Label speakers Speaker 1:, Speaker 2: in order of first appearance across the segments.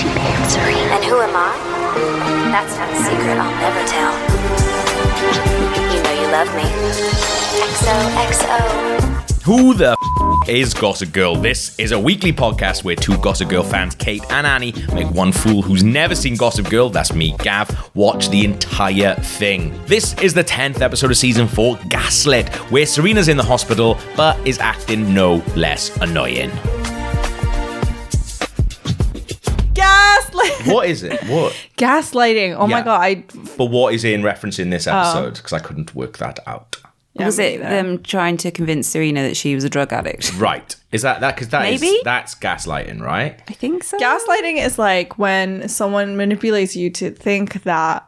Speaker 1: mystery.
Speaker 2: And who am I? That's not a secret I'll never tell. You know you love me. XOXO.
Speaker 1: Who the f- is Gossip Girl? This is a weekly podcast where two Gossip Girl fans, Kate and Annie, make one fool who's never seen Gossip Girl, that's me, Gav, watch the entire thing. This is the 10th episode of season 4, Gaslit, where Serena's in the hospital but is acting no less annoying.
Speaker 3: Gaslight.
Speaker 1: What is it? What?
Speaker 3: Gaslighting. Oh my
Speaker 1: Yeah.
Speaker 3: god. I
Speaker 1: But what is it in reference in
Speaker 3: Oh.
Speaker 1: this episode? Because I couldn't work that out.
Speaker 3: yeah,
Speaker 4: was
Speaker 3: me
Speaker 4: it
Speaker 3: neither.
Speaker 4: them trying to convince Serena that she was a drug addict?
Speaker 1: Right. Is that that? Because that is
Speaker 4: Maybe?
Speaker 1: that's gaslighting, right?
Speaker 4: I think so.
Speaker 3: Gaslighting is like when someone manipulates you to think that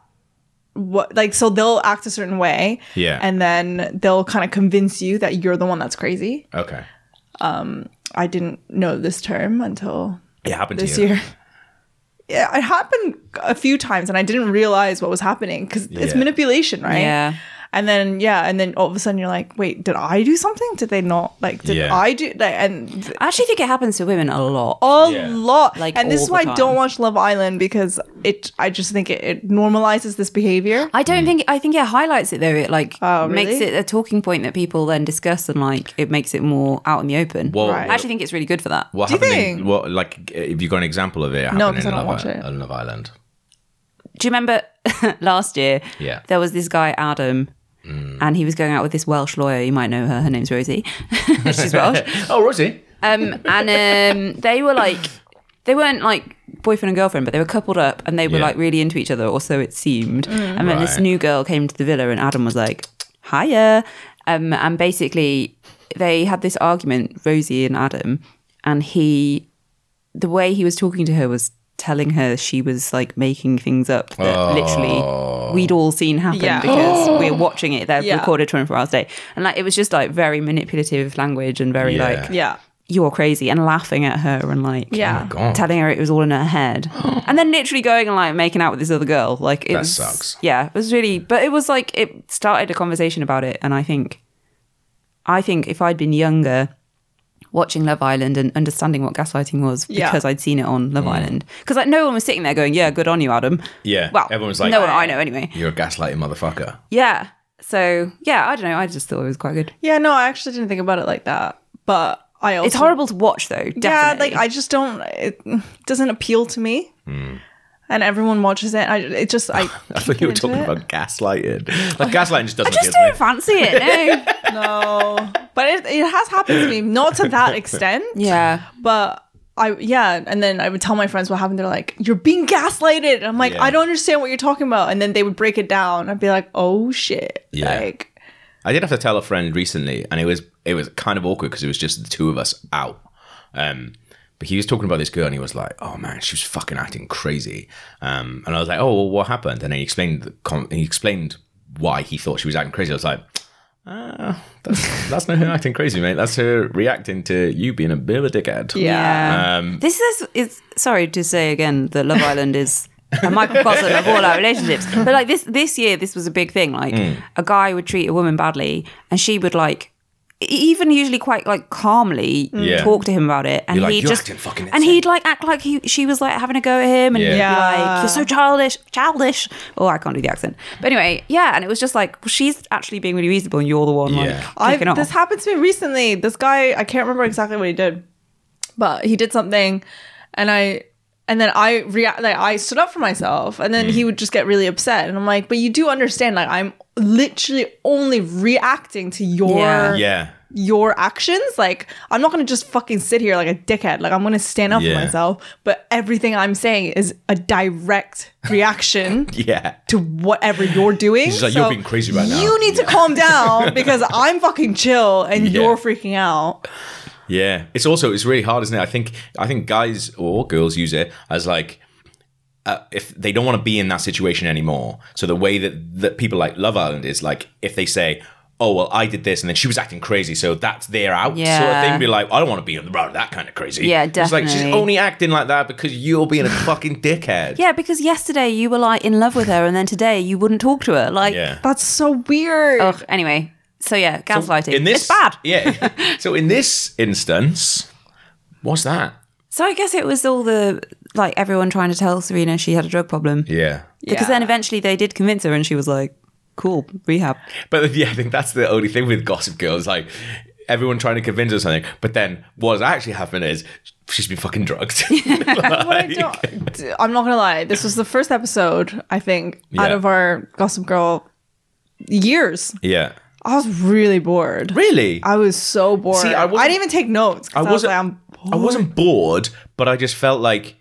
Speaker 3: what like so they'll act a certain way
Speaker 1: Yeah.
Speaker 3: and then they'll kind of convince you that you're the one that's crazy
Speaker 1: Okay.
Speaker 3: i didn't know this term until
Speaker 1: It happened
Speaker 3: this
Speaker 1: to you.
Speaker 3: year yeah it happened a few times and i didn't realize what was happening because it's
Speaker 1: Yeah.
Speaker 3: manipulation right
Speaker 4: Yeah.
Speaker 3: and then yeah and then all of a sudden you're like wait did i do something did they not like did
Speaker 1: Yeah.
Speaker 3: i do like and th-
Speaker 4: I actually think it happens to women a lot. Oh,
Speaker 3: a
Speaker 1: Yeah.
Speaker 3: lot.
Speaker 4: Like,
Speaker 3: and this
Speaker 4: all
Speaker 3: is
Speaker 4: the
Speaker 3: why I don't
Speaker 4: time.
Speaker 3: watch Love Island because it. I just think it, it normalizes this behavior.
Speaker 4: I don't think I think it highlights it though. It like
Speaker 3: Hmm. Oh, really?
Speaker 4: makes it a talking point that people then discuss and like it makes it more out in the open.
Speaker 1: Well,
Speaker 3: Right.
Speaker 4: I actually think it's really good for that.
Speaker 1: What
Speaker 3: Do you
Speaker 1: happened? In,
Speaker 3: think?
Speaker 1: what like if you got an example of it?
Speaker 3: No,
Speaker 1: happening
Speaker 3: 'cause I
Speaker 1: in
Speaker 3: don't
Speaker 1: Love
Speaker 3: watch
Speaker 1: I-
Speaker 3: it.
Speaker 1: on Love Island.
Speaker 4: Do you remember last year?
Speaker 1: Yeah.
Speaker 4: There was this guy Adam, and he was going out with this Welsh lawyer. You might know her. Her name's Rosie. She's Welsh.
Speaker 1: Oh, Rosie.
Speaker 4: Um, and um, they were like, they weren't like boyfriend and girlfriend, but they were coupled up and they were
Speaker 1: Yeah. Mm.
Speaker 4: like really into each other, or so it seemed. And then this
Speaker 1: Right.
Speaker 4: new girl came to the villa, and Adam was like, hiya. Um, and basically, they had this argument, Rosie and Adam, and he, the way he was talking to her was telling her she was like making things up that
Speaker 1: Oh.
Speaker 4: literally we'd all seen happen
Speaker 3: Yeah.
Speaker 4: because we're watching it they're
Speaker 3: Yeah.
Speaker 4: recorded 24 hours a day and like it was just like very manipulative language and very
Speaker 1: Yeah.
Speaker 4: like
Speaker 3: Yeah,
Speaker 4: you're crazy and laughing at her and like
Speaker 3: yeah.
Speaker 1: Oh God.
Speaker 4: telling her it was all in her head and then literally going and like making out with this other girl like it
Speaker 1: That
Speaker 4: was,
Speaker 1: sucks.
Speaker 4: yeah it was really but it was like it started a conversation about it and i think i think if i'd been younger watching love island and understanding what gaslighting was
Speaker 3: Yeah.
Speaker 4: because i'd seen it on
Speaker 1: Mm.
Speaker 4: love island because like no one was sitting there going yeah good on you adam
Speaker 1: Yeah,
Speaker 4: well
Speaker 1: everyone was like-
Speaker 4: no one i know anyway
Speaker 1: You're a gaslighting motherfucker.
Speaker 4: yeah so yeah i don't know i just thought it was quite good
Speaker 3: Yeah, no, I actually didn't think about it like that, but I also
Speaker 4: it's horrible to watch though definitely.
Speaker 3: Yeah, like I just don't. It doesn't appeal to me. And everyone watches it. I it just I.
Speaker 1: Hmm. I thought you were
Speaker 3: into
Speaker 1: talking
Speaker 3: it.
Speaker 1: about gaslighting. Like gaslighting just doesn't
Speaker 4: just
Speaker 1: appeal to
Speaker 4: don't
Speaker 1: me.
Speaker 4: fancy it no
Speaker 3: no, but it, it has happened to me, not to that extent.
Speaker 4: yeah
Speaker 3: but I yeah, and then I would tell my friends what happened. They're like, "You're being gaslighted." And I'm like,
Speaker 1: Yeah.
Speaker 3: "I don't understand what you're talking about." And then they would break it down. I'd be like, "Oh shit!"
Speaker 1: Yeah.
Speaker 3: Like,
Speaker 1: I did have to tell a friend recently, and it was it was kind of awkward because it was just the two of us out. Um, but he was talking about this girl, and he was like, "Oh man, she was fucking acting crazy." Um, and I was like, "Oh, well, what happened?" And then he explained the com- he explained why he thought she was acting crazy. I was like, "Ah, that's, that's not her acting crazy, mate. That's her reacting to you being a bit of a dickhead."
Speaker 3: yeah,
Speaker 4: Yeah.
Speaker 1: Um,
Speaker 4: Um, this is, is sorry to say again that Love Island is a microcosm of all our relationships. But like this this year, this was a big thing. Like
Speaker 1: Mm.
Speaker 4: a guy would treat a woman badly, and she would like e- even usually quite like calmly
Speaker 1: Mm. Yeah.
Speaker 4: talk to him about it and
Speaker 1: You're like,
Speaker 4: he'd
Speaker 1: "You're
Speaker 4: just
Speaker 1: acting fucking
Speaker 4: and he'd like act like he, she was like having a go at him and
Speaker 1: Yeah.
Speaker 4: he'd be
Speaker 3: Yeah.
Speaker 4: like you're so childish childish oh i can't do the accent but anyway yeah and it was just like well, she's actually being really reasonable and you're the one
Speaker 1: Yeah.
Speaker 4: like
Speaker 3: I've
Speaker 4: kicking off
Speaker 3: this happened to me recently. This guy, I can't remember exactly what he did, but he did something, and I. And then I react like I stood up for myself, and then he
Speaker 1: Mm.
Speaker 3: would just get really upset. And I'm like, "But you do understand, like I'm literally only reacting to your
Speaker 4: Yeah.
Speaker 1: Yeah.
Speaker 3: your actions. Like, I'm not gonna just fucking sit here like a dickhead. Like, I'm gonna stand up
Speaker 1: Yeah.
Speaker 3: for myself. But everything I'm saying is a direct reaction
Speaker 1: Yeah.
Speaker 3: to whatever you're doing.
Speaker 1: She's like, "You're being crazy right now."
Speaker 3: You need to calm down because I'm fucking chill and
Speaker 1: Yeah.
Speaker 3: you're freaking out.
Speaker 1: Yeah, it's also it's really hard, isn't it? I think I think guys or girls use it as like uh, if they don't want to be in that situation anymore. So the way that that people like Love Island is like if they say. Oh well, I did this, and then she was acting crazy, so that's their out sort of
Speaker 4: Yeah.
Speaker 1: thing. Be like, I don't want to be around that kind of crazy.
Speaker 4: Yeah,
Speaker 1: It's like she's
Speaker 4: definitely.
Speaker 1: only acting like that because you're being a fucking dickhead.
Speaker 4: yeah because yesterday you were like in love with her and then today you wouldn't talk to her like
Speaker 1: yeah.
Speaker 3: That's so weird.
Speaker 4: Ugh, anyway, so yeah, gaslighting.
Speaker 1: In this,
Speaker 4: it's bad.
Speaker 1: Yeah. so in this instance, what's that?
Speaker 4: So I guess it was all the like everyone trying to tell Serena she had a drug problem.
Speaker 1: Yeah.
Speaker 4: Because then eventually they did convince her and she was like, cool, rehab.
Speaker 1: But yeah, I think that's the only thing with Gossip Girl is like everyone trying to convince her something, but then what's actually happened is she's been fucking drugged.
Speaker 3: What I don't- d- I'm not gonna lie. This was the first episode I think out
Speaker 1: Yeah.
Speaker 3: of our Gossip Girl years.
Speaker 1: yeah.
Speaker 3: I was really bored.
Speaker 1: Really?
Speaker 3: I was so bored.
Speaker 1: See, I
Speaker 3: I,
Speaker 1: wasn't-
Speaker 3: didn't even take notes. 'cause I, was like, I'm
Speaker 1: I wasn't bored, but I just felt like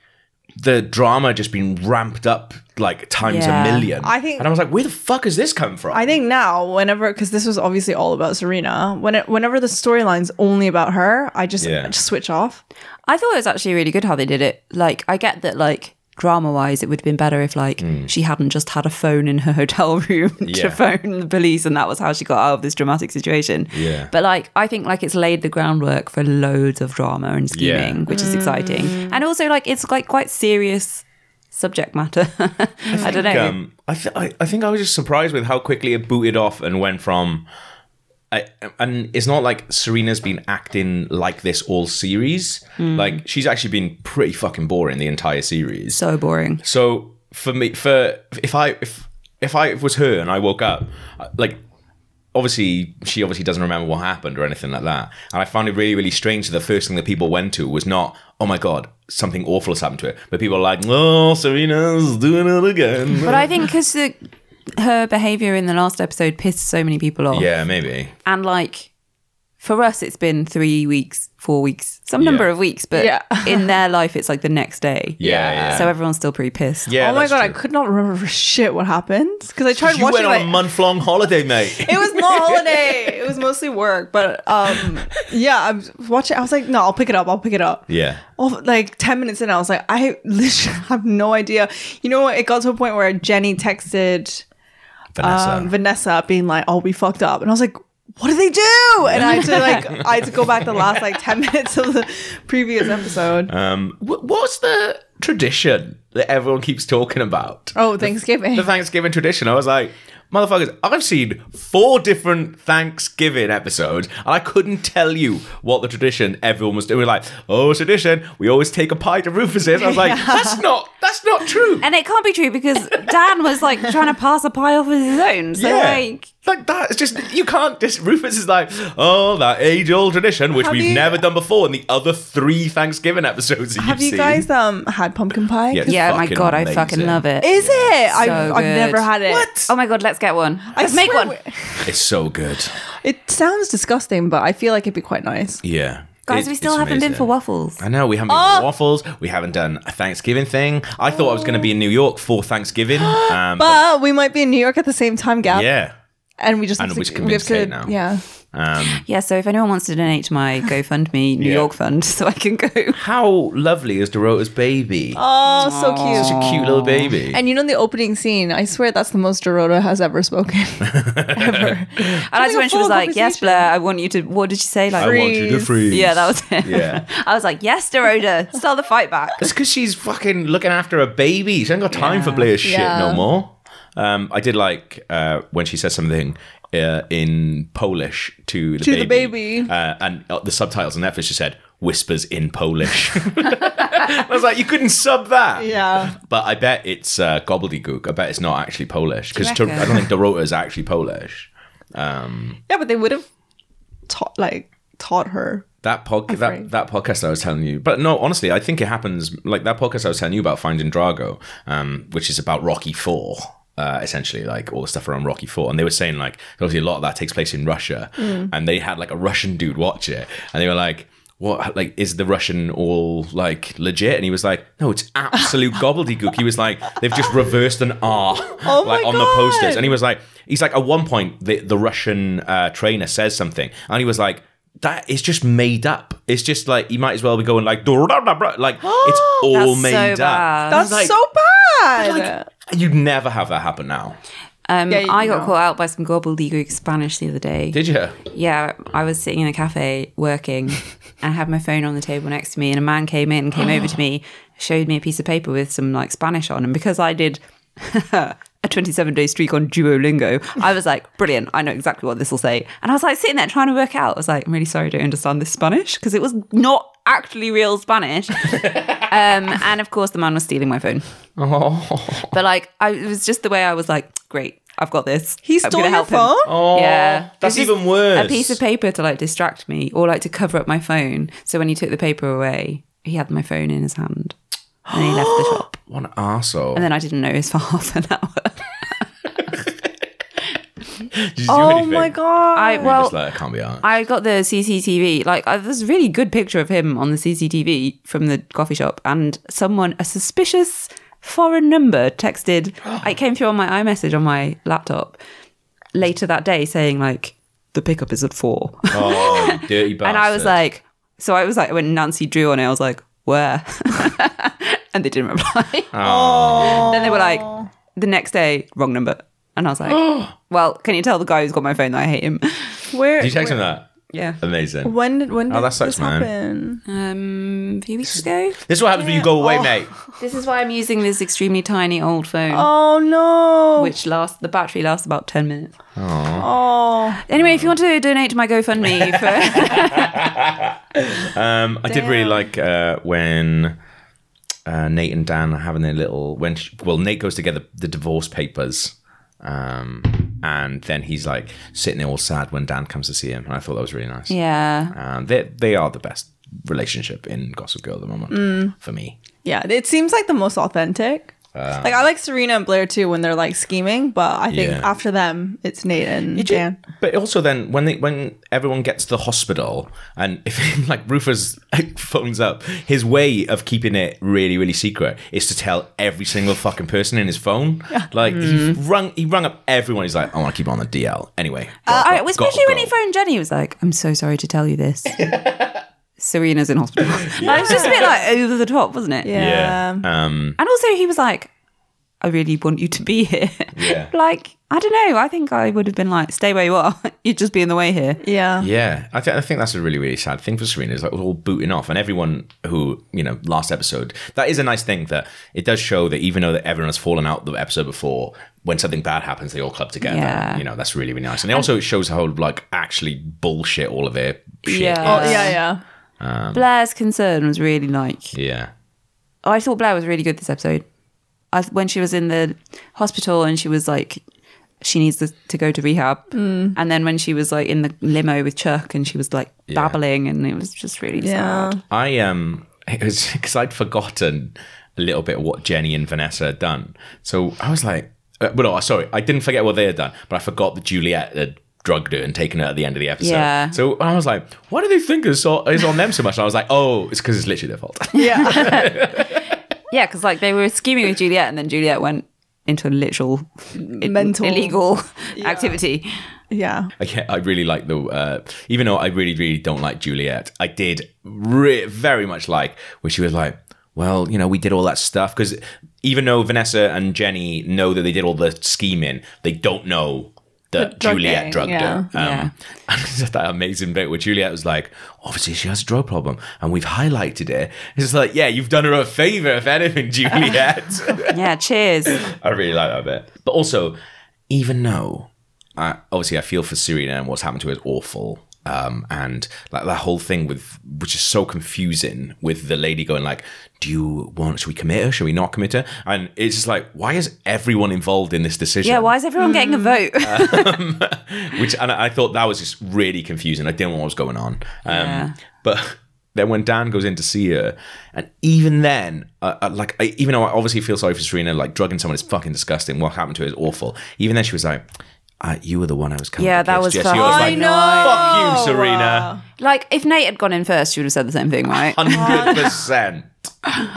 Speaker 1: the drama had just been ramped up like times
Speaker 4: Yeah.
Speaker 1: a million.
Speaker 3: I think-
Speaker 1: and I was like, where the fuck has this come from?
Speaker 3: I think now, whenever because this was obviously all about Serena, when it, whenever the storyline's only about her, I just,
Speaker 1: Yeah.
Speaker 3: I just switch off.
Speaker 4: I thought it was actually really good how they did it. Like, I get that, like, drama wise, it would have been better if, like, she hadn't just had a phone in her hotel room
Speaker 1: Hmm. Yeah.
Speaker 4: to phone the police and that was how she got out of this dramatic situation.
Speaker 1: Yeah.
Speaker 4: But, like, I think, like, it's laid the groundwork for loads of drama and scheming, which is exciting. And also, like, it's, like, quite serious subject matter. I, don't know.
Speaker 1: um, I, th- I I think I was just surprised with how quickly it booted off and went from. I, and it's not like Serena's been acting like this all series. Like she's actually been pretty fucking boring the entire series.
Speaker 4: so boring.
Speaker 1: So for me, for if I if if I was her and I woke up, like obviously she obviously doesn't remember what happened or anything like that, and I found it really really strange that the first thing that people went to was not oh my god something awful has happened to her, but people are like oh Serena's doing it again.
Speaker 4: But I think because her behavior in the last episode pissed so many people off.
Speaker 1: yeah, maybe.
Speaker 4: and like for us it's been three weeks four weeks some number
Speaker 1: Yeah.
Speaker 4: of weeks but
Speaker 3: Yeah.
Speaker 4: in their life it's like the next day
Speaker 1: Yeah, yeah.
Speaker 4: so everyone's still pretty pissed
Speaker 1: Yeah.
Speaker 3: oh my
Speaker 1: that's
Speaker 3: god, I
Speaker 1: true.
Speaker 3: could not remember for shit what happened because I tried
Speaker 1: You
Speaker 3: watching.
Speaker 1: went on
Speaker 3: like-
Speaker 1: a month long holiday, mate.
Speaker 3: it was not holiday. It was mostly work, but um, yeah, I was watching. I was like, no, I'll pick it up. I'll pick it up.
Speaker 1: yeah.
Speaker 3: Oh, like 10 minutes in, I was like, I literally have no idea. You know what? It got to a point where Jenny texted
Speaker 1: Vanessa.
Speaker 3: um, Vanessa being like, oh, we fucked up. And I was like, what did they do? And I had to like, I had to go back the last like 10 minutes of the previous episode.
Speaker 1: um, wh- what's the tradition that everyone keeps talking about?
Speaker 3: oh, Thanksgiving.
Speaker 1: the Thanksgiving tradition. I was like, motherfuckers, I've seen four different Thanksgiving episodes, and I couldn't tell you what the tradition everyone was doing. We were like, oh, it's tradition. We always take a pie to Rufus's. I was like, that's not that's not true.
Speaker 4: and it can't be true because dan was like trying to pass a pie off as his own so like
Speaker 1: like that. It's just you can't. Just Rufus is like, oh, that age-old tradition which
Speaker 3: Have
Speaker 1: we've
Speaker 3: you-
Speaker 1: never done before in the other three Thanksgiving episodes that
Speaker 3: Have
Speaker 1: you've
Speaker 3: you
Speaker 1: seen.
Speaker 3: guys um had pumpkin pie?
Speaker 1: Yeah.
Speaker 3: 'Cause-
Speaker 4: yeah my
Speaker 1: fucking
Speaker 4: god i fucking
Speaker 1: amazing.
Speaker 4: love it
Speaker 3: Is it? I've,
Speaker 4: So
Speaker 3: I've
Speaker 4: good.
Speaker 3: never had it.
Speaker 1: What?
Speaker 4: oh my god let's get one
Speaker 3: I
Speaker 4: let's make
Speaker 3: swear
Speaker 4: one
Speaker 3: we-
Speaker 1: It's so good.
Speaker 3: It sounds disgusting, but I feel like it'd be quite nice.
Speaker 1: Yeah.
Speaker 4: guys
Speaker 1: It-
Speaker 4: we still
Speaker 1: it's
Speaker 4: haven't been
Speaker 1: amazing.
Speaker 4: for Oh! waffles
Speaker 1: I know we haven't been to waffles. We haven't done a Thanksgiving thing. I thought I was going to be in New York for Thanksgiving. Um,
Speaker 3: But we might be in New York at the same time gap,
Speaker 1: yeah,
Speaker 3: and we just
Speaker 1: And
Speaker 3: have to,
Speaker 1: which can
Speaker 3: we have
Speaker 1: be
Speaker 3: to
Speaker 1: insane now.
Speaker 3: yeah.
Speaker 4: yeah so if anyone wants to donate to my gofundme new
Speaker 1: Yeah.
Speaker 4: york fund so i can go
Speaker 1: how lovely is Dorota's baby?
Speaker 3: Oh, so cute.
Speaker 1: Such a cute little baby.
Speaker 3: And you know the opening scene? I swear that's the most Dorota has ever spoken. ever.
Speaker 4: i like
Speaker 3: Having
Speaker 4: to
Speaker 3: a
Speaker 4: when she was
Speaker 3: full
Speaker 4: like yes
Speaker 3: conversation.
Speaker 4: blair i want you to what did she say like
Speaker 1: I want you to
Speaker 3: freeze.
Speaker 1: freeze.
Speaker 4: Yeah, that was it.
Speaker 1: Yeah.
Speaker 4: I was like, yes, Dorota, start the fight back.
Speaker 1: It's because she's fucking looking after a baby. She ain't got time for Blair's
Speaker 3: Yeah.
Speaker 1: shit no more. Um, I did like uh, when she said something uh, in Polish to the
Speaker 3: To
Speaker 1: baby.
Speaker 3: the baby.
Speaker 1: Uh, and uh, the subtitles on Netflix just said, whispers in Polish. I was like, you couldn't sub that.
Speaker 3: Yeah.
Speaker 1: But I bet it's uh, gobbledygook. I bet it's not actually Polish. Because
Speaker 4: Do you
Speaker 1: I
Speaker 4: reckon?
Speaker 1: don't think Dorota is actually Polish.
Speaker 3: Yeah, but they would have taught like taught her.
Speaker 1: That pod,
Speaker 3: afraid.
Speaker 1: that, that podcast I was telling you, but no, honestly, I think it happens like that podcast I was telling you about Finding Drago, um, which is about Rocky Four, uh, essentially, like all the stuff around Rocky Four, and they were saying like obviously a lot of that takes place in Russia,
Speaker 3: Mm.
Speaker 1: and they had like a Russian dude watch it, and they were like. What like is the Russian all like legit? And he was like, no, it's absolute gobbledygook. He was like, they've just reversed an R
Speaker 3: Oh
Speaker 1: like
Speaker 3: my
Speaker 1: on the posters,
Speaker 3: God.
Speaker 1: and he was like, he's like at one point the the Russian uh, trainer says something, and he was like, that is just made up. It's just like you might as well be going like, "Duh, duh, duh, duh," like it's all
Speaker 4: That's
Speaker 1: made
Speaker 4: so
Speaker 1: up.
Speaker 4: bad.
Speaker 3: That's
Speaker 1: like-
Speaker 3: so bad.
Speaker 1: Like, you'd never have that happen now,
Speaker 4: Um,
Speaker 3: Yeah, you
Speaker 4: I got
Speaker 3: know.
Speaker 4: caught out by some gobbledygook Spanish the other day.
Speaker 1: did you?
Speaker 4: yeah, I was sitting in a cafe working and I had my phone on the table next to me, and a man came in, came over to me, showed me a piece of paper with some like Spanish on. And because I did a 27 day streak on Duolingo, I was like, brilliant, I know exactly what this will say. And I was like sitting there trying to work out. I was like, I'm really sorry, I don't understand this Spanish because it was not actually real Spanish. um, and of course, the man was stealing my phone.
Speaker 1: Oh,
Speaker 4: But like, I, it was just the way I was like, great, I've got this.
Speaker 3: He
Speaker 4: I'm
Speaker 3: stole
Speaker 4: gonna
Speaker 3: your
Speaker 4: help him."
Speaker 3: phone?
Speaker 1: oh
Speaker 4: Yeah.
Speaker 1: that's
Speaker 4: It's just
Speaker 1: even worse.
Speaker 4: A piece of paper to like distract me or like to cover up my phone. So when he took the paper away, he had my phone in his hand. And he left the shop.
Speaker 1: What an arsehole.
Speaker 4: And then I didn't notice for half an hour.
Speaker 1: Did you do
Speaker 3: Oh
Speaker 1: anything?
Speaker 3: my god.
Speaker 4: I
Speaker 1: You're
Speaker 4: well
Speaker 1: just like, I can't be arsed.
Speaker 4: I got the CCTV. Like, I, there's a really good picture of him on the CCTV from the coffee shop, and someone, a suspicious foreign number, texted. it came through on my iMessage on my laptop later that day saying, like, the pickup is at four.
Speaker 1: Oh, you dirty bastard.
Speaker 4: and I was like, so I was like, when Nancy drew on it, I was like, where? and they didn't reply. Then they were like, the next day, wrong number. And I was like, well, can you tell the guy who's got my phone that I hate him?
Speaker 3: where
Speaker 1: Did you text him that?
Speaker 4: Yeah.
Speaker 1: Amazing.
Speaker 3: when did when did
Speaker 1: Oh, that sucks,
Speaker 3: this
Speaker 1: man.
Speaker 3: happen?
Speaker 4: Um, a few weeks ago.
Speaker 1: This is what happens when you go away, mate.
Speaker 4: This is why I'm using this extremely tiny old phone,
Speaker 3: Oh no.
Speaker 4: which lasts the battery lasts about ten minutes.
Speaker 3: oh.
Speaker 4: Anyway, if you want to donate to my GoFundMe, for,
Speaker 1: Um, I did really like uh, when uh, Nate and Dan are having their little when she, well Nate goes to get the, the divorce papers, um, and then he's like sitting there all sad when Dan comes to see him, and I thought that was really nice.
Speaker 4: yeah,
Speaker 1: Um, they they are the best relationship in Gossip Girl at the moment for me.
Speaker 3: Yeah, it seems like the most authentic. like I like Serena and Blair too when they're like scheming, but I think
Speaker 1: Yeah.
Speaker 3: after them it's Nate and
Speaker 1: You do-
Speaker 3: Dan.
Speaker 1: But also then when they when everyone gets to the hospital and if like Rufus phones up, his way of keeping it really, really secret is to tell every single fucking person in his phone. Like he rung he rung up everyone, he's like, I want to keep it on the DL. Anyway.
Speaker 4: Uh,
Speaker 1: gotta
Speaker 4: I-
Speaker 1: go-
Speaker 4: especially
Speaker 1: gotta
Speaker 4: when he
Speaker 1: go.
Speaker 4: phoned Jenny, he was like, "I'm so sorry to tell you this." Serena's in hospital. I was just a bit like over the top, wasn't it?
Speaker 1: Yeah.
Speaker 3: Yeah.
Speaker 1: Um
Speaker 4: And also, he was like, "I really want you to be here."
Speaker 1: Yeah.
Speaker 4: like, I don't know. I think I would have been like, "Stay where you are. You'd just be in the way here."
Speaker 3: Yeah.
Speaker 1: Yeah, I, th- I think that's a really, really sad thing for Serena. Is like we're all booting off, and everyone who you know last episode. That is a nice thing that it does show that even though that everyone has fallen out the episode before, when something bad happens, they all club together.
Speaker 4: Yeah.
Speaker 1: You know, that's really, really nice, and it also shows how like actually bullshit all of their shit.
Speaker 4: Yeah.
Speaker 1: is.
Speaker 3: Oh, yeah, yeah.
Speaker 4: Blair's concern was really like,
Speaker 1: yeah.
Speaker 4: I thought Blair was really good this episode. I, when she was in the hospital and she was like, she needs to, to go to rehab.
Speaker 3: Hmm.
Speaker 4: Mm. And then when she was like in the limo with Chuck and she was like babbling and it was just really
Speaker 3: Yeah.
Speaker 4: sad.
Speaker 1: I um, it was because I'd forgotten a little bit what Jenny and Vanessa had done. So I was like, uh, well, no, sorry, I didn't forget what they had done, but I forgot that Juliet had drugged her and taken her at the end of the episode.
Speaker 4: Yeah.
Speaker 1: So I was like, why do they think it's on, it's on them so much? And I was like, oh, it's because it's literally their fault.
Speaker 3: Yeah.
Speaker 4: Yeah, because like they were scheming with Juliet and then Juliet went into a literal
Speaker 3: Mental.
Speaker 4: illegal activity.
Speaker 3: yeah.
Speaker 1: I, get- I really like the, uh, even though I really, really don't like Juliet, I did re- very much like where she was like, well, you know, we did all that stuff. Because even though Vanessa and Jenny know that they did all the scheming, they don't know that
Speaker 3: drugging,
Speaker 1: Juliet drugged
Speaker 3: yeah.
Speaker 1: her. Um, And it's just that amazing bit where Juliet was like, obviously she has a drug problem and we've highlighted it. It's just like, yeah, you've done her a favor, if anything, Juliet.
Speaker 4: yeah, cheers.
Speaker 1: I really like that bit. But also, even though I, obviously I feel for Serena and what's happened to her is awful. Um, and like that whole thing with which is so confusing with the lady going like, "Do you want? Should we commit her? Should we not commit her?" And it's just like, why is everyone involved in this decision?
Speaker 4: Yeah, why is everyone getting a
Speaker 3: Hmm.
Speaker 4: vote?
Speaker 1: Which and I thought that was just really confusing. I didn't know what was going on. Um,
Speaker 4: Yeah.
Speaker 1: But then when Dan goes in to see her, and even then, uh, uh, like I, even though I obviously feel sorry for Serena, like drugging someone is fucking disgusting. What happened to her is awful. Even then, she was like, uh, "You were the one I was coming."
Speaker 4: Yeah,
Speaker 1: to
Speaker 4: that
Speaker 1: kiss,
Speaker 4: was
Speaker 1: Jess."
Speaker 4: fucking
Speaker 1: She was like,
Speaker 4: I know.
Speaker 1: Fuck you, Serena.
Speaker 4: like, if Nate had gone in first, she would have said the same thing, right?
Speaker 1: Hundred percent. Um,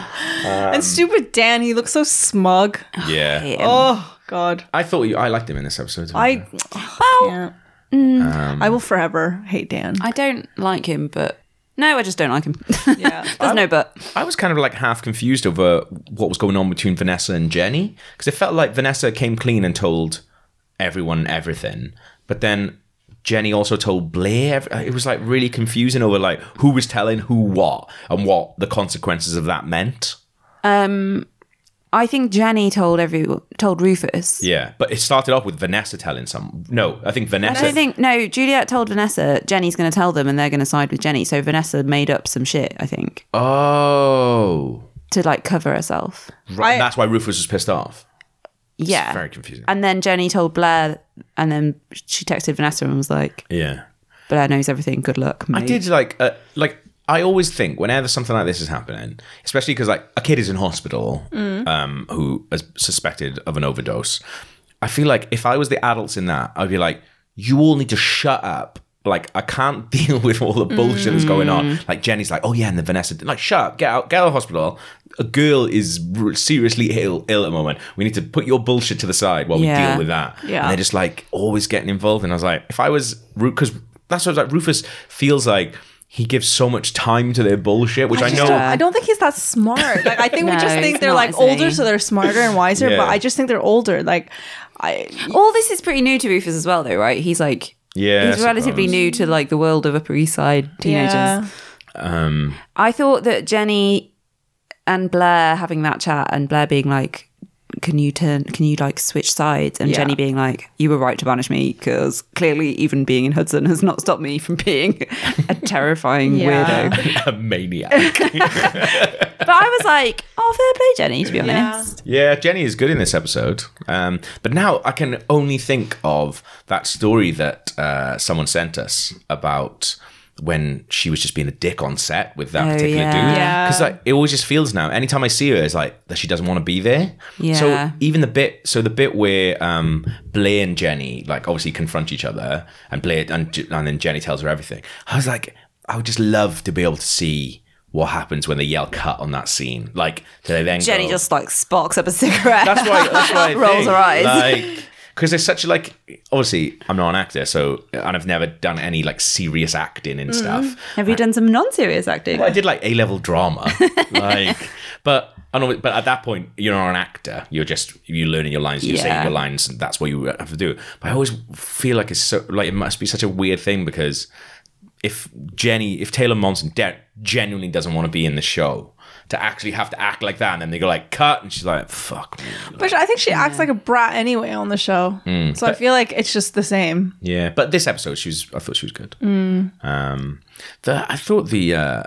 Speaker 3: and stupid Dan, he looks so smug.
Speaker 1: Yeah.
Speaker 3: Oh god.
Speaker 1: I thought you, I liked him in this episode. didn't
Speaker 3: I
Speaker 4: Well,
Speaker 3: can't.
Speaker 1: Um,
Speaker 3: I will forever hate Dan.
Speaker 4: I don't like him, but no, I just don't like him.
Speaker 3: Yeah.
Speaker 4: There's no but.
Speaker 1: I was kind of like half confused over what was going on between Vanessa and Jenny because it felt like Vanessa came clean and told everyone everything, but then Jenny also told Blair. ev- uh, It was like really confusing over like who was telling who what and what the consequences of that meant.
Speaker 4: I think Jenny told every told Rufus.
Speaker 1: Yeah, but it started off with Vanessa telling some. No, I think
Speaker 4: I
Speaker 1: Vanessa.
Speaker 4: don't think no. Juliet told Vanessa Jenny's going to tell them, and they're going to side with Jenny. So Vanessa made up some shit, I think,
Speaker 1: oh,
Speaker 4: to like cover herself.
Speaker 1: right.
Speaker 3: I-
Speaker 1: that's why Rufus was pissed off.
Speaker 4: Yeah,
Speaker 1: very confusing.
Speaker 4: And then Jenny told Blair, and then she texted Vanessa and was like,
Speaker 1: Yeah,
Speaker 4: "Blair knows everything. Good luck."
Speaker 1: I
Speaker 4: mate."
Speaker 1: did like uh, like I always think whenever something like this is happening, especially because like a kid is in hospital um, who is suspected of an overdose. I feel like if I was the adults in that, I'd be like, you all need to shut up. Like I can't deal with all the bullshit that's going on. Like Jenny's like, oh yeah, and the Vanessa did-" like, shut up, get out, get out of hospital. A girl is r- seriously ill, ill at the moment. We need to put your bullshit to the side while we
Speaker 4: Yeah.
Speaker 1: deal with that.
Speaker 3: Yeah.
Speaker 1: And they're just like always getting involved. And I was like, if I was because that's what I was like. Rufus feels like he gives so much time to their bullshit, which I,
Speaker 3: just
Speaker 1: know.
Speaker 3: don't, I don't think he's that smart. Like I think we
Speaker 4: No,
Speaker 3: just
Speaker 4: he's
Speaker 3: think they're
Speaker 4: not,
Speaker 3: like
Speaker 4: isn't he?
Speaker 3: older, so they're smarter and wiser.
Speaker 1: Yeah.
Speaker 3: But I just think they're older. Like I,
Speaker 4: All this is pretty new to Rufus as well, though, right? He's like,
Speaker 1: Yeah,
Speaker 4: he's
Speaker 1: I
Speaker 4: relatively
Speaker 1: suppose.
Speaker 4: new to like the world of Upper East Side teenagers.
Speaker 3: Yeah.
Speaker 4: I thought that Jenny and Blair having that chat, and Blair being like, "Can you turn? Can you like switch sides?" And
Speaker 3: Yeah.
Speaker 4: Jenny being like, "You were right to banish me because clearly, even being in Hudson has not stopped me from being a terrifying
Speaker 3: Yeah.
Speaker 4: weirdo."
Speaker 1: a maniac.
Speaker 4: But I was like, "Oh, fair play, Jenny." To be
Speaker 3: Yeah.
Speaker 4: honest,
Speaker 1: yeah, Jenny is good in this episode. Um, but now I can only think of that story that uh, someone sent us about when she was just being a dick on set with that
Speaker 4: Oh,
Speaker 1: particular
Speaker 4: yeah.
Speaker 1: dude.
Speaker 3: Yeah.
Speaker 1: Because like, it always just feels now, anytime I see her, it's like that she doesn't want to be there.
Speaker 4: Yeah.
Speaker 1: So even the bit so the bit where um Blair and Jenny like obviously confront each other and Blair and, J- and then Jenny tells her everything. I was like I would just love to be able to see what happens when they yell cut on that scene. Like do they then
Speaker 4: Jenny
Speaker 1: go-
Speaker 4: just like sparks up a cigarette.
Speaker 1: That's why that's why I
Speaker 4: Rolls
Speaker 1: think,
Speaker 4: her eyes.
Speaker 1: Like because there's such a like obviously I'm not an actor so and I've never done any like serious acting and stuff.
Speaker 4: Have you done some non-serious acting?
Speaker 1: Well, I did like A level drama, like, but I know, but at that point you're not an actor. You're just you're learning your lines. You're
Speaker 4: Yeah.
Speaker 1: saying your lines, and that's what you have to do. But I always feel like it's so like it must be such a weird thing because if Jenny, if Taylor Momsen de- genuinely doesn't want to be in the show, to actually have to act like that, and then they go like cut, and she's like fuck. Me.
Speaker 3: but I think she acts like a brat anyway on the show.
Speaker 1: Mm.
Speaker 3: so I feel like it's just the same.
Speaker 1: Yeah, but this episode she was I thought she was good.
Speaker 4: Mm.
Speaker 1: Um, the I thought the. Uh,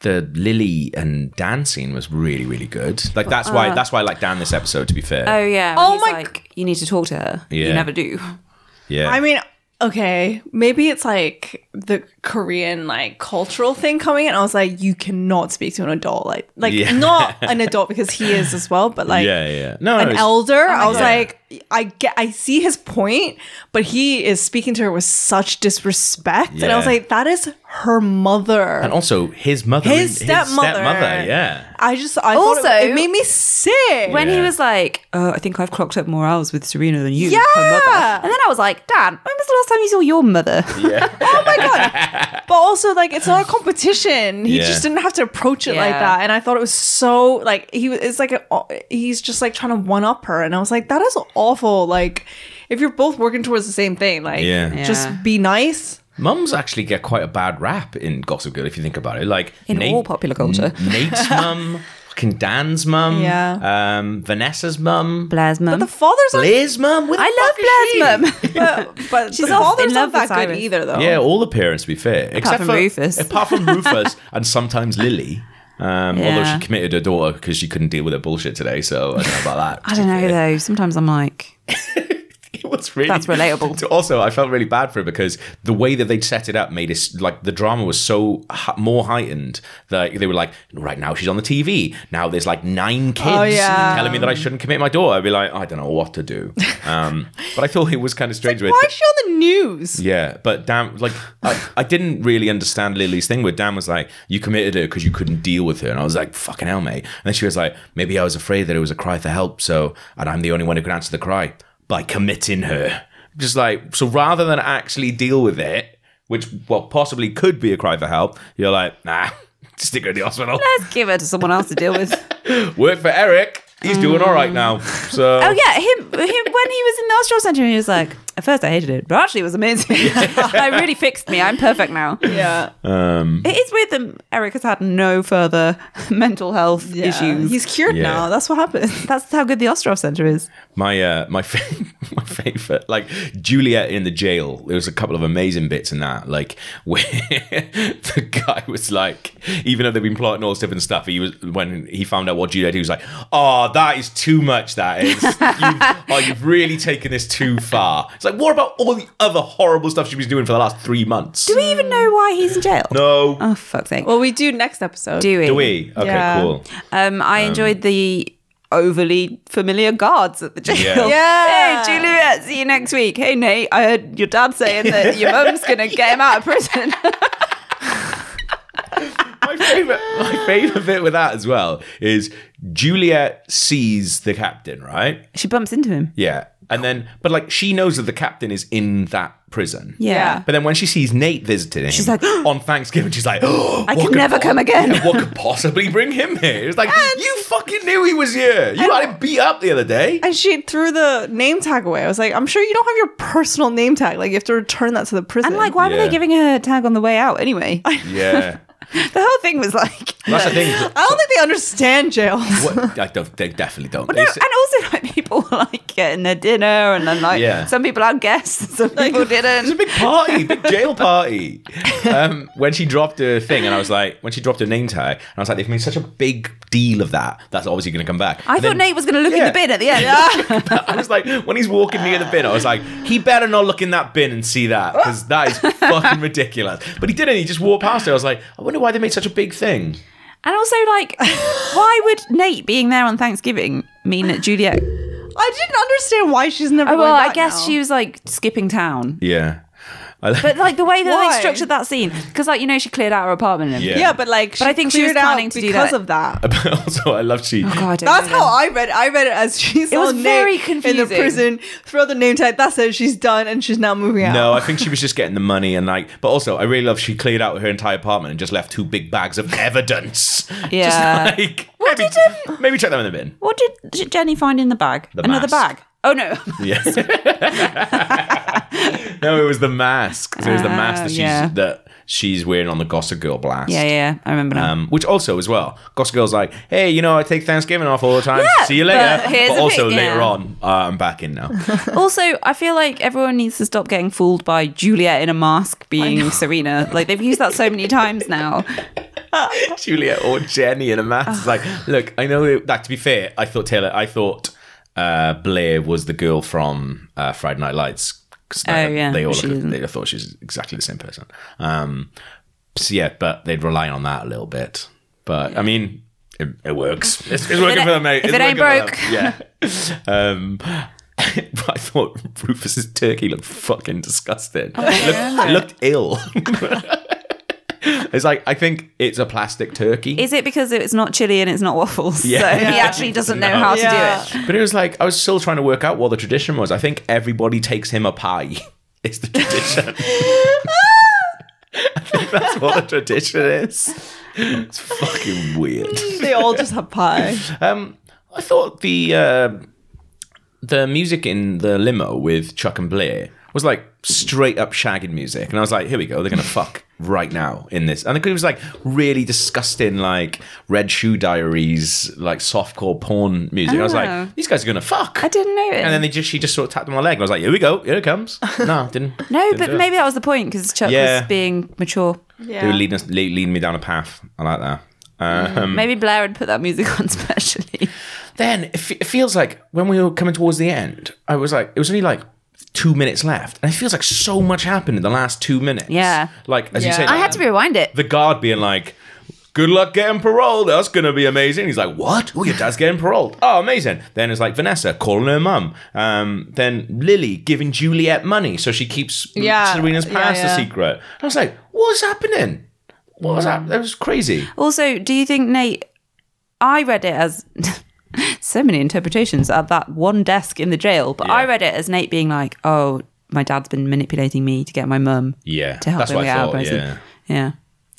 Speaker 1: the Lily and Dan scene was really, really good. Like that's why that's why I like Dan this episode. To be fair,
Speaker 4: Uh. Oh yeah.
Speaker 3: Oh
Speaker 4: He's
Speaker 3: my
Speaker 4: Like, you need to talk to her. You
Speaker 1: Yeah.
Speaker 4: never do.
Speaker 1: yeah,
Speaker 3: I mean, okay, maybe it's like the Korean like cultural thing coming in. I was like, you cannot speak to an adult, like like
Speaker 1: Yeah.
Speaker 3: not an adult because he is as well, but like
Speaker 1: yeah, yeah. No,
Speaker 3: an
Speaker 1: it's-
Speaker 4: Oh
Speaker 3: elder. I was
Speaker 1: God.
Speaker 3: like, I get, I see his point, but he is speaking to her with such disrespect, and I was
Speaker 1: Yeah.
Speaker 3: like, that is her mother.
Speaker 1: and also his mother,
Speaker 3: His stepmother.
Speaker 1: stepmother, yeah,
Speaker 3: I just, I
Speaker 4: Also-
Speaker 3: also, it, made me sick.
Speaker 4: When he
Speaker 1: Yeah.
Speaker 4: was like, oh, I think I've clocked up more hours with Serena than you, her
Speaker 3: Yeah.
Speaker 4: mother. And then I was like, Dan, when was the last time you saw your mother?
Speaker 3: oh my god! But also, like, it's not a competition. He
Speaker 1: Yeah.
Speaker 3: just didn't have to approach it like
Speaker 4: Yeah.
Speaker 3: that, and I thought it was so like he was. It's like a, uh, he's just like trying to one up her, and I was like, that is awful. Like, if you're both working towards the same thing, like,
Speaker 1: Yeah.
Speaker 3: just
Speaker 4: Yeah.
Speaker 3: be nice.
Speaker 1: Mums actually get quite a bad rap in Gossip Girl if you think about it. Like
Speaker 4: In all popular culture.
Speaker 1: N- Nate's mum, fucking Dan's mum,
Speaker 3: Yeah.
Speaker 1: um, Vanessa's mum,
Speaker 4: Blair's mum.
Speaker 3: The father's not
Speaker 1: Blair's mum. Where the fuck is
Speaker 4: I
Speaker 1: she?
Speaker 4: love Blair's mum.
Speaker 3: but but she's
Speaker 4: off
Speaker 3: father's
Speaker 4: in
Speaker 3: not
Speaker 4: love
Speaker 3: that
Speaker 4: with
Speaker 3: good
Speaker 4: Cyrus.
Speaker 3: either, though.
Speaker 1: Yeah, all the parents, to be fair, except
Speaker 4: Oh. from
Speaker 1: for
Speaker 4: Rufus.
Speaker 1: apart from Rufus, and sometimes Lily. Um, Although
Speaker 4: Yeah.
Speaker 1: she committed her daughter because she couldn't deal with her bullshit today, so I don't know about that.
Speaker 4: I don't know though. Sometimes I'm like,
Speaker 1: It was really
Speaker 4: That's relatable.
Speaker 1: So Also, I felt really bad for it because the way that they'd set it up made it like the drama was so hi- more heightened that they were like, right now she's on the TV. Now there's like nine kids
Speaker 3: Oh, yeah.
Speaker 1: telling me that I shouldn't commit my daughter. I'd be like, I don't know what to do. Um, but I thought it was kind of strange. with
Speaker 3: Why is she on the news?
Speaker 1: yeah, but Dan, like, I, I didn't really understand Lily's thing where Dan was like, you committed her because you couldn't deal with her. And I was like, fucking hell, mate. And then she was like, maybe I was afraid that it was a cry for help. So, and I'm the only one who can answer the cry by committing her. Just like, so rather than actually deal with it, which, well, possibly could be a cry for help, you're like, nah, stick her in the hospital.
Speaker 4: let's give her to someone else to deal with.
Speaker 1: Work for Eric. He's doing all right now. So,
Speaker 4: oh yeah, him, him. When he was in the Austral Centre, he was like, At first, I hated it, but actually, it was amazing. I really fixed me. I'm perfect now.
Speaker 3: Yeah.
Speaker 4: It is weird that Eric has had no further mental health
Speaker 3: Yeah.
Speaker 4: issues.
Speaker 3: He's cured
Speaker 1: Yeah.
Speaker 3: now. That's what happens.
Speaker 4: That's how good the Ostrov Center is.
Speaker 1: My uh, my fa- my favorite, like Juliet in the jail. There was a couple of amazing bits in that, like where the guy was like, even though they've been plotting all this different stuff, he was when he found out what Juliet, did, he was like, "Oh, that is too much. That is, you've, oh, you've really taken this too far." It's like, what about all the other horrible stuff she was doing for the last three months?
Speaker 4: Do we even know why he's in jail?
Speaker 1: no,
Speaker 4: Oh, fuck's sake.
Speaker 3: Well, we do next episode.
Speaker 4: do we?
Speaker 1: do we? Okay,
Speaker 3: Yeah.
Speaker 1: cool.
Speaker 4: Um, I enjoyed the overly familiar guards at the jail.
Speaker 1: Yeah.
Speaker 3: Yeah.
Speaker 4: Hey, Juliet, see you next week. Hey, Nate, I heard your dad saying that your mum's going to get him out of prison.
Speaker 1: my favorite my favorite bit with that as well is Juliet sees the captain, right?
Speaker 4: she bumps into him.
Speaker 1: Yeah. And then but like she knows that the captain is in that prison.
Speaker 3: Yeah.
Speaker 1: But then when she sees Nate visiting him she's
Speaker 4: like,
Speaker 1: on Thanksgiving, she's like, oh,
Speaker 4: I can never come again."
Speaker 1: what could possibly bring him here? It's like, you fucking knew he was here. You had him beat up the other day.
Speaker 3: And she threw the name tag away. I was like, I'm sure you don't have your personal name tag. Like, you have to return that to the prison.
Speaker 4: And, like, why were
Speaker 1: Yeah.
Speaker 4: they giving her a tag on the way out anyway?
Speaker 1: yeah.
Speaker 4: the whole thing was like.
Speaker 1: That's the thing.
Speaker 3: I don't think they understand jail.
Speaker 1: What, I don't, they definitely don't.
Speaker 4: No,
Speaker 1: They s-
Speaker 4: and also like people were like getting their dinner, and then like
Speaker 1: Yeah.
Speaker 4: some people had guests, some people
Speaker 1: It was a
Speaker 4: didn't.
Speaker 1: big party, big jail party. Um, when she dropped her thing, and I was like, when she dropped her name tag, and I was like, they've made such a big deal of that. That's obviously going to come back.
Speaker 4: I
Speaker 1: And
Speaker 4: thought
Speaker 1: then-
Speaker 4: Nate was going to look in
Speaker 1: Yeah.
Speaker 4: the bin at the end.
Speaker 1: I was like, when he's walking near the bin, I was like, he better not look in that bin and see that because that is fucking ridiculous. But he didn't. He just walked past it. I was like, I wonder why they made such a big thing.
Speaker 4: And also, like, why would Nate being there on Thanksgiving mean that Juliet?
Speaker 3: I didn't understand why she's never.
Speaker 4: Oh,
Speaker 3: going
Speaker 4: well, I
Speaker 3: back
Speaker 4: guess
Speaker 3: now.
Speaker 4: she was like skipping town.
Speaker 1: Yeah. I like,
Speaker 4: But like the way that
Speaker 3: Why?
Speaker 4: they structured that scene, because like you know she cleared out her apartment. And
Speaker 1: Yeah.
Speaker 3: Yeah, but like, she
Speaker 4: I think she was
Speaker 3: cleared out
Speaker 4: planning to do
Speaker 3: because
Speaker 4: that.
Speaker 3: of that.
Speaker 1: also, I love she.
Speaker 4: Oh, God, I don't
Speaker 3: That's
Speaker 4: know
Speaker 3: how I read. it. I read it as she's
Speaker 4: was very
Speaker 3: in the
Speaker 4: confusing.
Speaker 3: prison. Throw the name tag. That's it. She's done, and she's now moving out.
Speaker 1: No, I think she was just getting the money and like. But also, I really love she cleared out her entire apartment and just left two big bags of evidence.
Speaker 4: Yeah.
Speaker 1: Just like
Speaker 4: What
Speaker 1: maybe,
Speaker 4: did,
Speaker 1: maybe check them in the bin.
Speaker 4: What did Jenny find in the bag?
Speaker 1: The
Speaker 4: Another
Speaker 1: mask.
Speaker 4: bag. Oh no!
Speaker 1: Yes. no, it was the mask. So it was the mask
Speaker 4: Ah,
Speaker 1: that she's
Speaker 4: yeah.
Speaker 1: that she's wearing on the Gossip Girl blast.
Speaker 4: yeah, yeah, I remember now.
Speaker 1: Um, which also as well, Gossip Girl's like, hey, you know, I take Thanksgiving off all the time.
Speaker 4: Yeah,
Speaker 1: See you later.
Speaker 4: but here's a
Speaker 1: also
Speaker 4: big- yeah.
Speaker 1: later on, uh, I'm back in now.
Speaker 4: also, I feel like everyone needs to stop getting fooled by Juliet in a mask being Serena. Like they've used that so many times now.
Speaker 1: Juliet or Jenny in a mask. It's like, look, I know that. Like, to be fair, I thought Taylor, I thought uh, Blair was the girl from uh, Friday Night Lights. 'Cause
Speaker 4: Oh, yeah,
Speaker 1: they all
Speaker 4: but she
Speaker 1: look,
Speaker 4: isn't.
Speaker 1: they I thought she was exactly the same person. Um, so yeah, but they'd rely on that a little bit. But I mean, it, it works. It's, it's working
Speaker 4: it-
Speaker 1: for them, mate.
Speaker 4: if
Speaker 1: It's
Speaker 4: it ain't
Speaker 1: working for them. yeah. Um, but I thought Rufus's turkey looked fucking disgusting. It looked, it looked ill. It's like I think it's a plastic turkey.
Speaker 4: Is it because it's not chili and it's not waffles?
Speaker 1: Yeah.
Speaker 4: So he
Speaker 1: Yeah.
Speaker 4: actually doesn't know how to
Speaker 3: Yeah.
Speaker 4: do it.
Speaker 1: But it was like I was still trying to work out what the tradition was. I think everybody takes him a pie. It's the tradition. I think that's what the tradition is. It's fucking weird.
Speaker 3: They all just have pie.
Speaker 1: Um, I thought the uh, the music in the limo with Chuck and Blair was like straight up shagging music, and I was like, here we go, they're gonna fuck right now in this. And it was like really disgusting, like Red Shoe Diaries, like softcore porn music. I was
Speaker 4: Oh.
Speaker 1: like, these guys are gonna fuck.
Speaker 4: I didn't know it.
Speaker 1: And then they just she just sort of tapped him on the leg. And I was like, here we go, here it comes. No, didn't.
Speaker 4: no,
Speaker 1: didn't
Speaker 4: but
Speaker 1: do it.
Speaker 4: maybe that was the point because Chuck
Speaker 1: Yeah.
Speaker 4: was being mature.
Speaker 1: they were leading us, lead, leading me down a path. I like that. Um,
Speaker 4: Maybe Blair had put that music on specially.
Speaker 1: then it, fe- it feels like when we were coming towards the end, I was like, it was only like two minutes left, and it feels like so much happened in the last two minutes.
Speaker 4: Yeah.
Speaker 1: like as you
Speaker 3: Yeah.
Speaker 1: say,
Speaker 4: I had to rewind it.
Speaker 1: the guard being like, "Good luck getting paroled. That's gonna be amazing." He's like, "What? Oh, your dad's getting paroled. Oh, amazing." Then it's like Vanessa calling her mum. Um, then Lily giving Juliet money so she keeps
Speaker 3: Yeah.
Speaker 1: Serena's
Speaker 3: Yeah,
Speaker 1: past
Speaker 3: yeah.
Speaker 1: a secret. I was like, "What's happening?" What was that? That was crazy.
Speaker 4: Also, do you think Nate? I read it as so many interpretations at that one desk in the jail, but I
Speaker 1: Yeah.
Speaker 4: read it as Nate being like, "Oh, my dad's been manipulating me to get my mum
Speaker 1: Yeah,
Speaker 4: to help
Speaker 1: that's
Speaker 4: him
Speaker 1: what
Speaker 4: get
Speaker 1: I
Speaker 4: out of
Speaker 1: thought.
Speaker 4: prison."
Speaker 1: Yeah.
Speaker 4: yeah,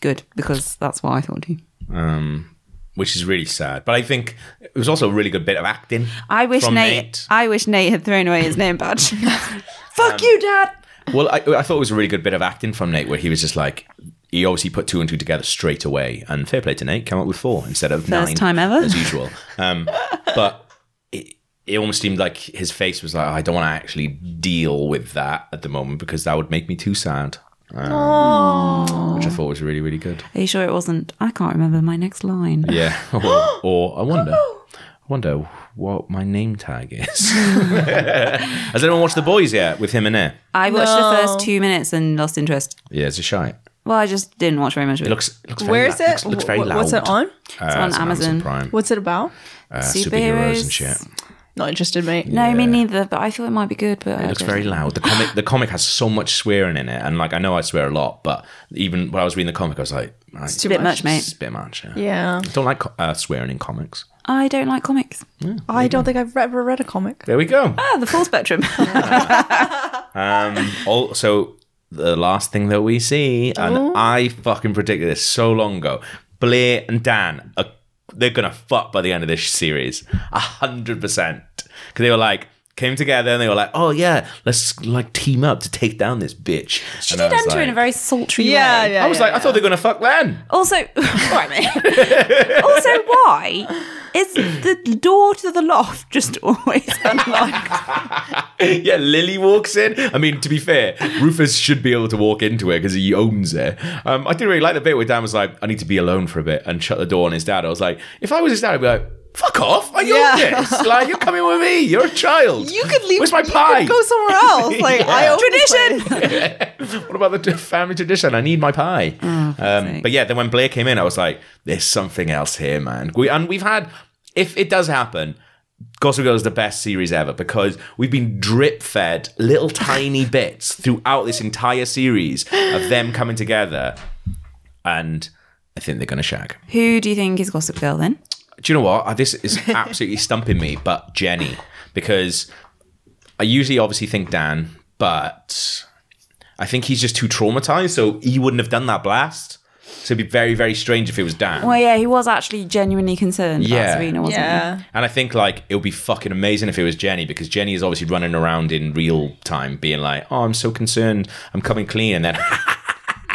Speaker 4: good because that's what I thought too.
Speaker 1: Um, which is really sad. But I think it was also a really good bit of acting.
Speaker 4: I wish Nate,
Speaker 1: from
Speaker 4: I wish Nate had thrown away his name badge. Fuck
Speaker 1: um,
Speaker 4: you, Dad.
Speaker 1: Well, I, I thought it was a really good bit of acting from Nate, where he was just like, he obviously put two and two together straight away, and fair play to Nate, came up with four instead of nine.
Speaker 4: First time ever.
Speaker 1: as usual. Um, but it, it almost seemed like his face was like, "Oh, I don't want to actually deal with that at the moment because that would make me too sad. Um, which I thought was really, really good.
Speaker 4: Are you sure it wasn't? I can't remember my next line.
Speaker 1: Yeah. Or, or I wonder. I wonder what my name tag is. Has anyone watched The Boys yet with him in it?
Speaker 4: I watched the first two minutes and lost interest.
Speaker 1: Yeah, it's a shite.
Speaker 4: Well, I just didn't watch very much of
Speaker 1: It
Speaker 4: it.
Speaker 1: looks it looks very
Speaker 3: Where
Speaker 1: lou-
Speaker 3: is it?
Speaker 1: Looks, looks very
Speaker 3: Wh-
Speaker 1: loud.
Speaker 3: What's it on?
Speaker 1: Uh,
Speaker 4: on
Speaker 1: it's
Speaker 4: Amazon.
Speaker 1: Prime.
Speaker 3: What's it about?
Speaker 1: Uh, superheroes
Speaker 4: Superheroes.
Speaker 1: and shit.
Speaker 3: Not interested, mate.
Speaker 4: no, me neither. But I thought it might be good. But
Speaker 1: It looks very loud. The comic the comic has so much swearing in it, and like I know I swear a lot, but even when I was reading the comic, I was like, I,
Speaker 4: a bit much, mate.
Speaker 1: it's a bit much. Yeah.
Speaker 3: Yeah.
Speaker 1: I don't like co- uh, swearing in comics.
Speaker 4: I don't like comics.
Speaker 3: I don't think I've ever read a comic.
Speaker 1: There we go.
Speaker 4: Ah, the full spectrum.
Speaker 1: Um, also, the last thing that we see, and
Speaker 4: Oh.
Speaker 1: I fucking predicted this so long ago. Blair and Dan are they're gonna fuck by the end of this series, a hundred percent. Because they were like came together and they were like, oh yeah, let's like team up to take down this bitch.
Speaker 4: she
Speaker 1: And I
Speaker 4: did
Speaker 1: was
Speaker 4: enter in
Speaker 1: like-
Speaker 4: a very sultry
Speaker 3: Yeah,
Speaker 4: way.
Speaker 3: yeah.
Speaker 1: I was like, I thought they were gonna fuck then.
Speaker 4: Also, right, mate. also, why is the door to the loft just always unlocked?
Speaker 1: yeah, Lily walks in. I mean, to be fair, Rufus should be able to walk into it because he owns it. Um, I did really like the bit where Dan was like, I need to be alone for a bit and shut the door on his dad. I was like, if I was his dad, I'd be like, fuck off. I own
Speaker 3: Yeah.
Speaker 1: this. Like, you're coming with me. You're a child.
Speaker 3: You could leave.
Speaker 1: Where's my
Speaker 3: you
Speaker 1: pie?
Speaker 3: Could go somewhere else. Like I own this
Speaker 4: Tradition!
Speaker 3: place.
Speaker 1: what about the t- family tradition? I need my pie. um,
Speaker 4: sake.
Speaker 1: but yeah, then when Blair came in, I was like, there's something else here, man. We, and we've had, if it does happen, Gossip Girl is the best series ever because we've been drip fed little tiny bits throughout this entire series of them coming together. And I think they're going to shag.
Speaker 4: Who do you think is Gossip Girl then?
Speaker 1: Do you know what? Uh, This is absolutely stumping me, but Jenny, because I usually obviously think Dan, but I think he's just too traumatized, so he wouldn't have done that blast. So it'd be very, very strange if it was Dan.
Speaker 4: Well, Oh, yeah, he was actually genuinely concerned
Speaker 1: Yeah.
Speaker 4: about Serena, wasn't
Speaker 3: Yeah.
Speaker 1: And I think like it would be fucking amazing if it was Jenny because Jenny is obviously running around in real time, being like, "Oh, I'm so concerned, I'm coming clean," and then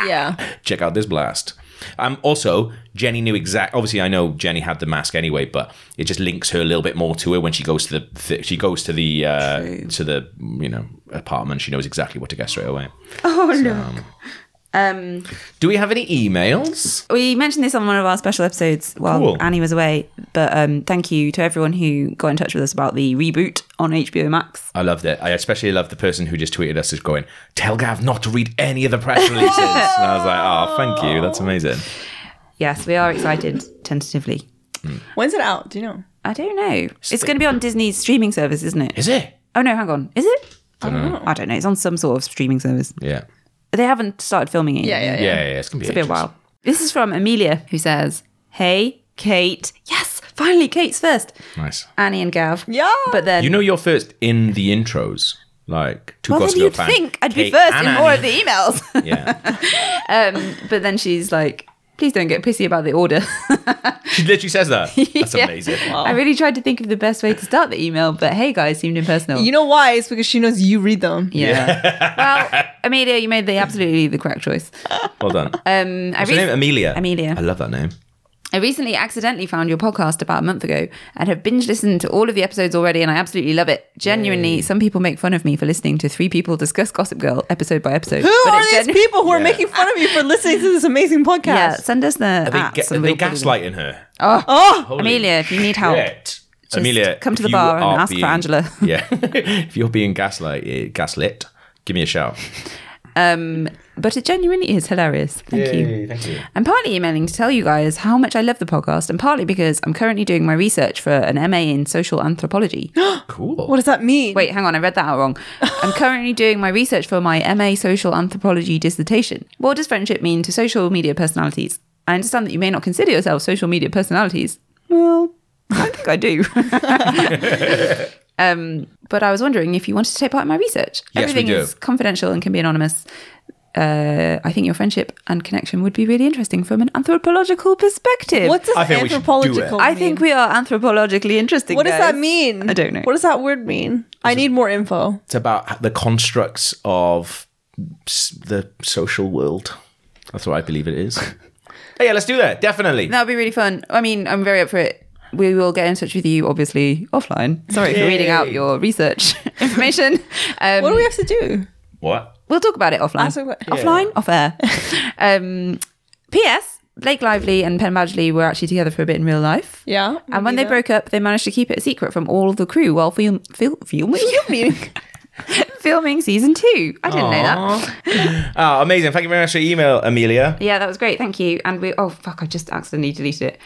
Speaker 3: Yeah.
Speaker 1: check out this blast. Um, also, Jenny knew exact. Obviously, I know Jenny had the mask anyway, but it just links her a little bit more to her when she goes to the th- she goes to the uh, to the you know apartment. She knows exactly what to get straight away.
Speaker 4: he? Um,
Speaker 1: Do we have any emails?
Speaker 4: we mentioned this on one of our special episodes while
Speaker 1: Cool.
Speaker 4: Annie was away, but um, thank you to everyone who got in touch with us about the reboot on HBO Max.
Speaker 1: I loved it. I especially loved the person who just tweeted us as going, "Tell Gav not to read any of the press releases." and I was like, "Oh, thank you. That's amazing."
Speaker 4: Yes, we are excited tentatively.
Speaker 3: When's it out? Do you know?
Speaker 4: I don't know. It's going to be on Disney's streaming service, isn't it?
Speaker 1: Is it?
Speaker 4: Oh no, hang on. Is it? I don't know. It's on some sort of streaming service.
Speaker 1: Yeah.
Speaker 4: They haven't started filming it.
Speaker 3: Yeah,
Speaker 4: yet.
Speaker 3: yeah,
Speaker 1: Yeah,
Speaker 3: yeah.
Speaker 1: yeah, yeah. It's gonna be
Speaker 4: It's been a
Speaker 1: ages.
Speaker 4: bit while. This is from Amelia, who says, "Hey, Kate. Yes, finally, Kate's first.
Speaker 1: Nice.
Speaker 4: Annie and Gav.
Speaker 3: Yeah.
Speaker 4: But then,
Speaker 1: You know, you're first in the intros, like two
Speaker 4: well, then
Speaker 1: Gossip Girl
Speaker 4: you'd
Speaker 1: fans,
Speaker 4: think I'd be
Speaker 1: Kate
Speaker 4: first
Speaker 1: and
Speaker 4: in more of
Speaker 1: Annie.
Speaker 4: the emails.
Speaker 1: Yeah.
Speaker 4: um, but then she's like, "Please don't get pissy about the order."
Speaker 1: She literally says that. That's
Speaker 4: Yeah.
Speaker 1: amazing.
Speaker 4: I really tried to think of the best way to start the email, but hey, guys, seemed impersonal.
Speaker 3: You know why? It's because she knows you read them.
Speaker 4: yeah. well, Amelia, you made the absolutely the correct choice.
Speaker 1: Well done.
Speaker 4: Um, I
Speaker 1: What's her
Speaker 4: re-
Speaker 1: name? Amelia.
Speaker 4: Amelia.
Speaker 1: I love that name.
Speaker 4: I recently accidentally found your podcast about a month ago and have binge listened to all of the episodes already, and I absolutely love it. Genuinely, some people make fun of me for listening to three people discuss Gossip Girl episode by episode.
Speaker 3: Who
Speaker 4: but
Speaker 3: are
Speaker 4: it
Speaker 3: these
Speaker 4: genu-
Speaker 3: people who are
Speaker 1: Yeah.
Speaker 3: making fun of you for listening to this amazing podcast?
Speaker 4: Yeah, send us the
Speaker 1: Are they,
Speaker 4: apps
Speaker 1: ga-
Speaker 4: and
Speaker 1: are they
Speaker 4: we'll put it in.
Speaker 1: gaslighting her?
Speaker 3: Oh,
Speaker 1: Holy
Speaker 4: Amelia, if you need help,
Speaker 1: shit.
Speaker 4: just
Speaker 1: Amelia,
Speaker 4: come to
Speaker 1: if
Speaker 4: the
Speaker 1: you
Speaker 4: bar and
Speaker 1: are
Speaker 4: ask for
Speaker 1: being-
Speaker 4: Angela.
Speaker 1: yeah. if you're being gaslight, eh, gaslit, give me a shout.
Speaker 4: um, but it genuinely is hilarious. Thank you.
Speaker 1: Thank you.
Speaker 4: I'm partly emailing to tell you guys how much I love the podcast, and partly because I'm currently doing my research for an MA in social anthropology.
Speaker 1: Cool.
Speaker 3: what does that mean?
Speaker 4: Wait, hang on, I read that out wrong. I'm currently doing my research for my MA Social Anthropology dissertation. What does friendship mean to social media personalities? I understand that you may not consider yourselves social media personalities. Well, I think I do. um, but I was wondering if you wanted to take part in my research.
Speaker 1: Yes, we
Speaker 4: Everything
Speaker 1: do.
Speaker 4: is confidential and can be anonymous. uh, I think your friendship and connection would be really interesting from an anthropological perspective.
Speaker 3: What does
Speaker 1: I think we should do
Speaker 3: anthropological?
Speaker 1: it.
Speaker 4: I think we are anthropologically interesting.
Speaker 3: What does
Speaker 4: guys.
Speaker 3: that mean?
Speaker 4: I don't know.
Speaker 3: What does that word mean? I need more info.
Speaker 1: It's about the constructs of s- the social world. That's what I believe it is. Hey, yeah, let's do that. Definitely.
Speaker 4: That would be really fun. I mean, I'm very up for it. We will get in touch with you, obviously, offline. Sorry for reading out your research information. Um,
Speaker 3: What do we have Ah, to do?
Speaker 1: What?
Speaker 4: We'll talk about it offline.
Speaker 3: That's okay. Yeah.
Speaker 4: Offline, off air. um, P.S. Blake Lively and Penn Badgley were actually together for a bit in real life.
Speaker 3: Yeah.
Speaker 4: And when they broke up, they managed to keep it a secret from all of the crew while film, film, filming, filming, filming season two. I didn't know that.
Speaker 1: Oh, amazing. Thank you very much for your email, Amelia.
Speaker 4: Yeah, that was great. Thank you. And we, oh, fuck, I just accidentally deleted it.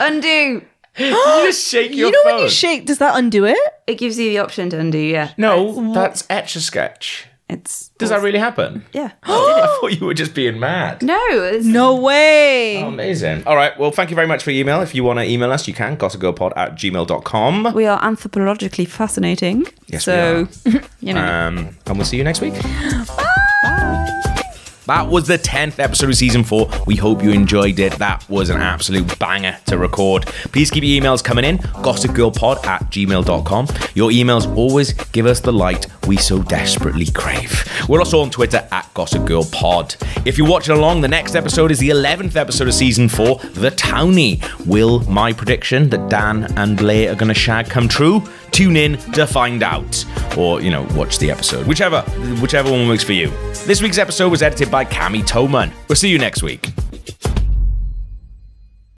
Speaker 4: undo.
Speaker 1: You just shake your
Speaker 3: you know
Speaker 1: phone.
Speaker 3: when you shake, does that undo it?
Speaker 4: It gives you the option to undo, yeah.
Speaker 1: no, that's etch a sketch.
Speaker 4: It's.
Speaker 1: Does that really happen?
Speaker 4: Yeah.
Speaker 1: I thought you were just being mad.
Speaker 4: no, it's.
Speaker 3: No way.
Speaker 1: Amazing. All right. Well, thank you very much for your email. If you want to email us, you can. gossipgirlpod at gmail.com.
Speaker 4: We are anthropologically fascinating.
Speaker 1: Yes,
Speaker 4: so, you know.
Speaker 1: Um, and we'll see you next week. That was the 10th episode of season four. We hope you enjoyed it. That was an absolute banger to record. Please keep your emails coming in gossipgirlpod at gmail.com. Your emails always give us the light we so desperately crave. We're also on Twitter at gossipgirlpod. If you're watching along, the next episode is the 11th episode of season four, The Townie. Will my prediction that Dan and Blair are going to shag come true? Tune in to find out. Or, you know, watch the episode. Whichever, whichever one works for you. This week's episode was edited by Cami Toman. We'll see you next week.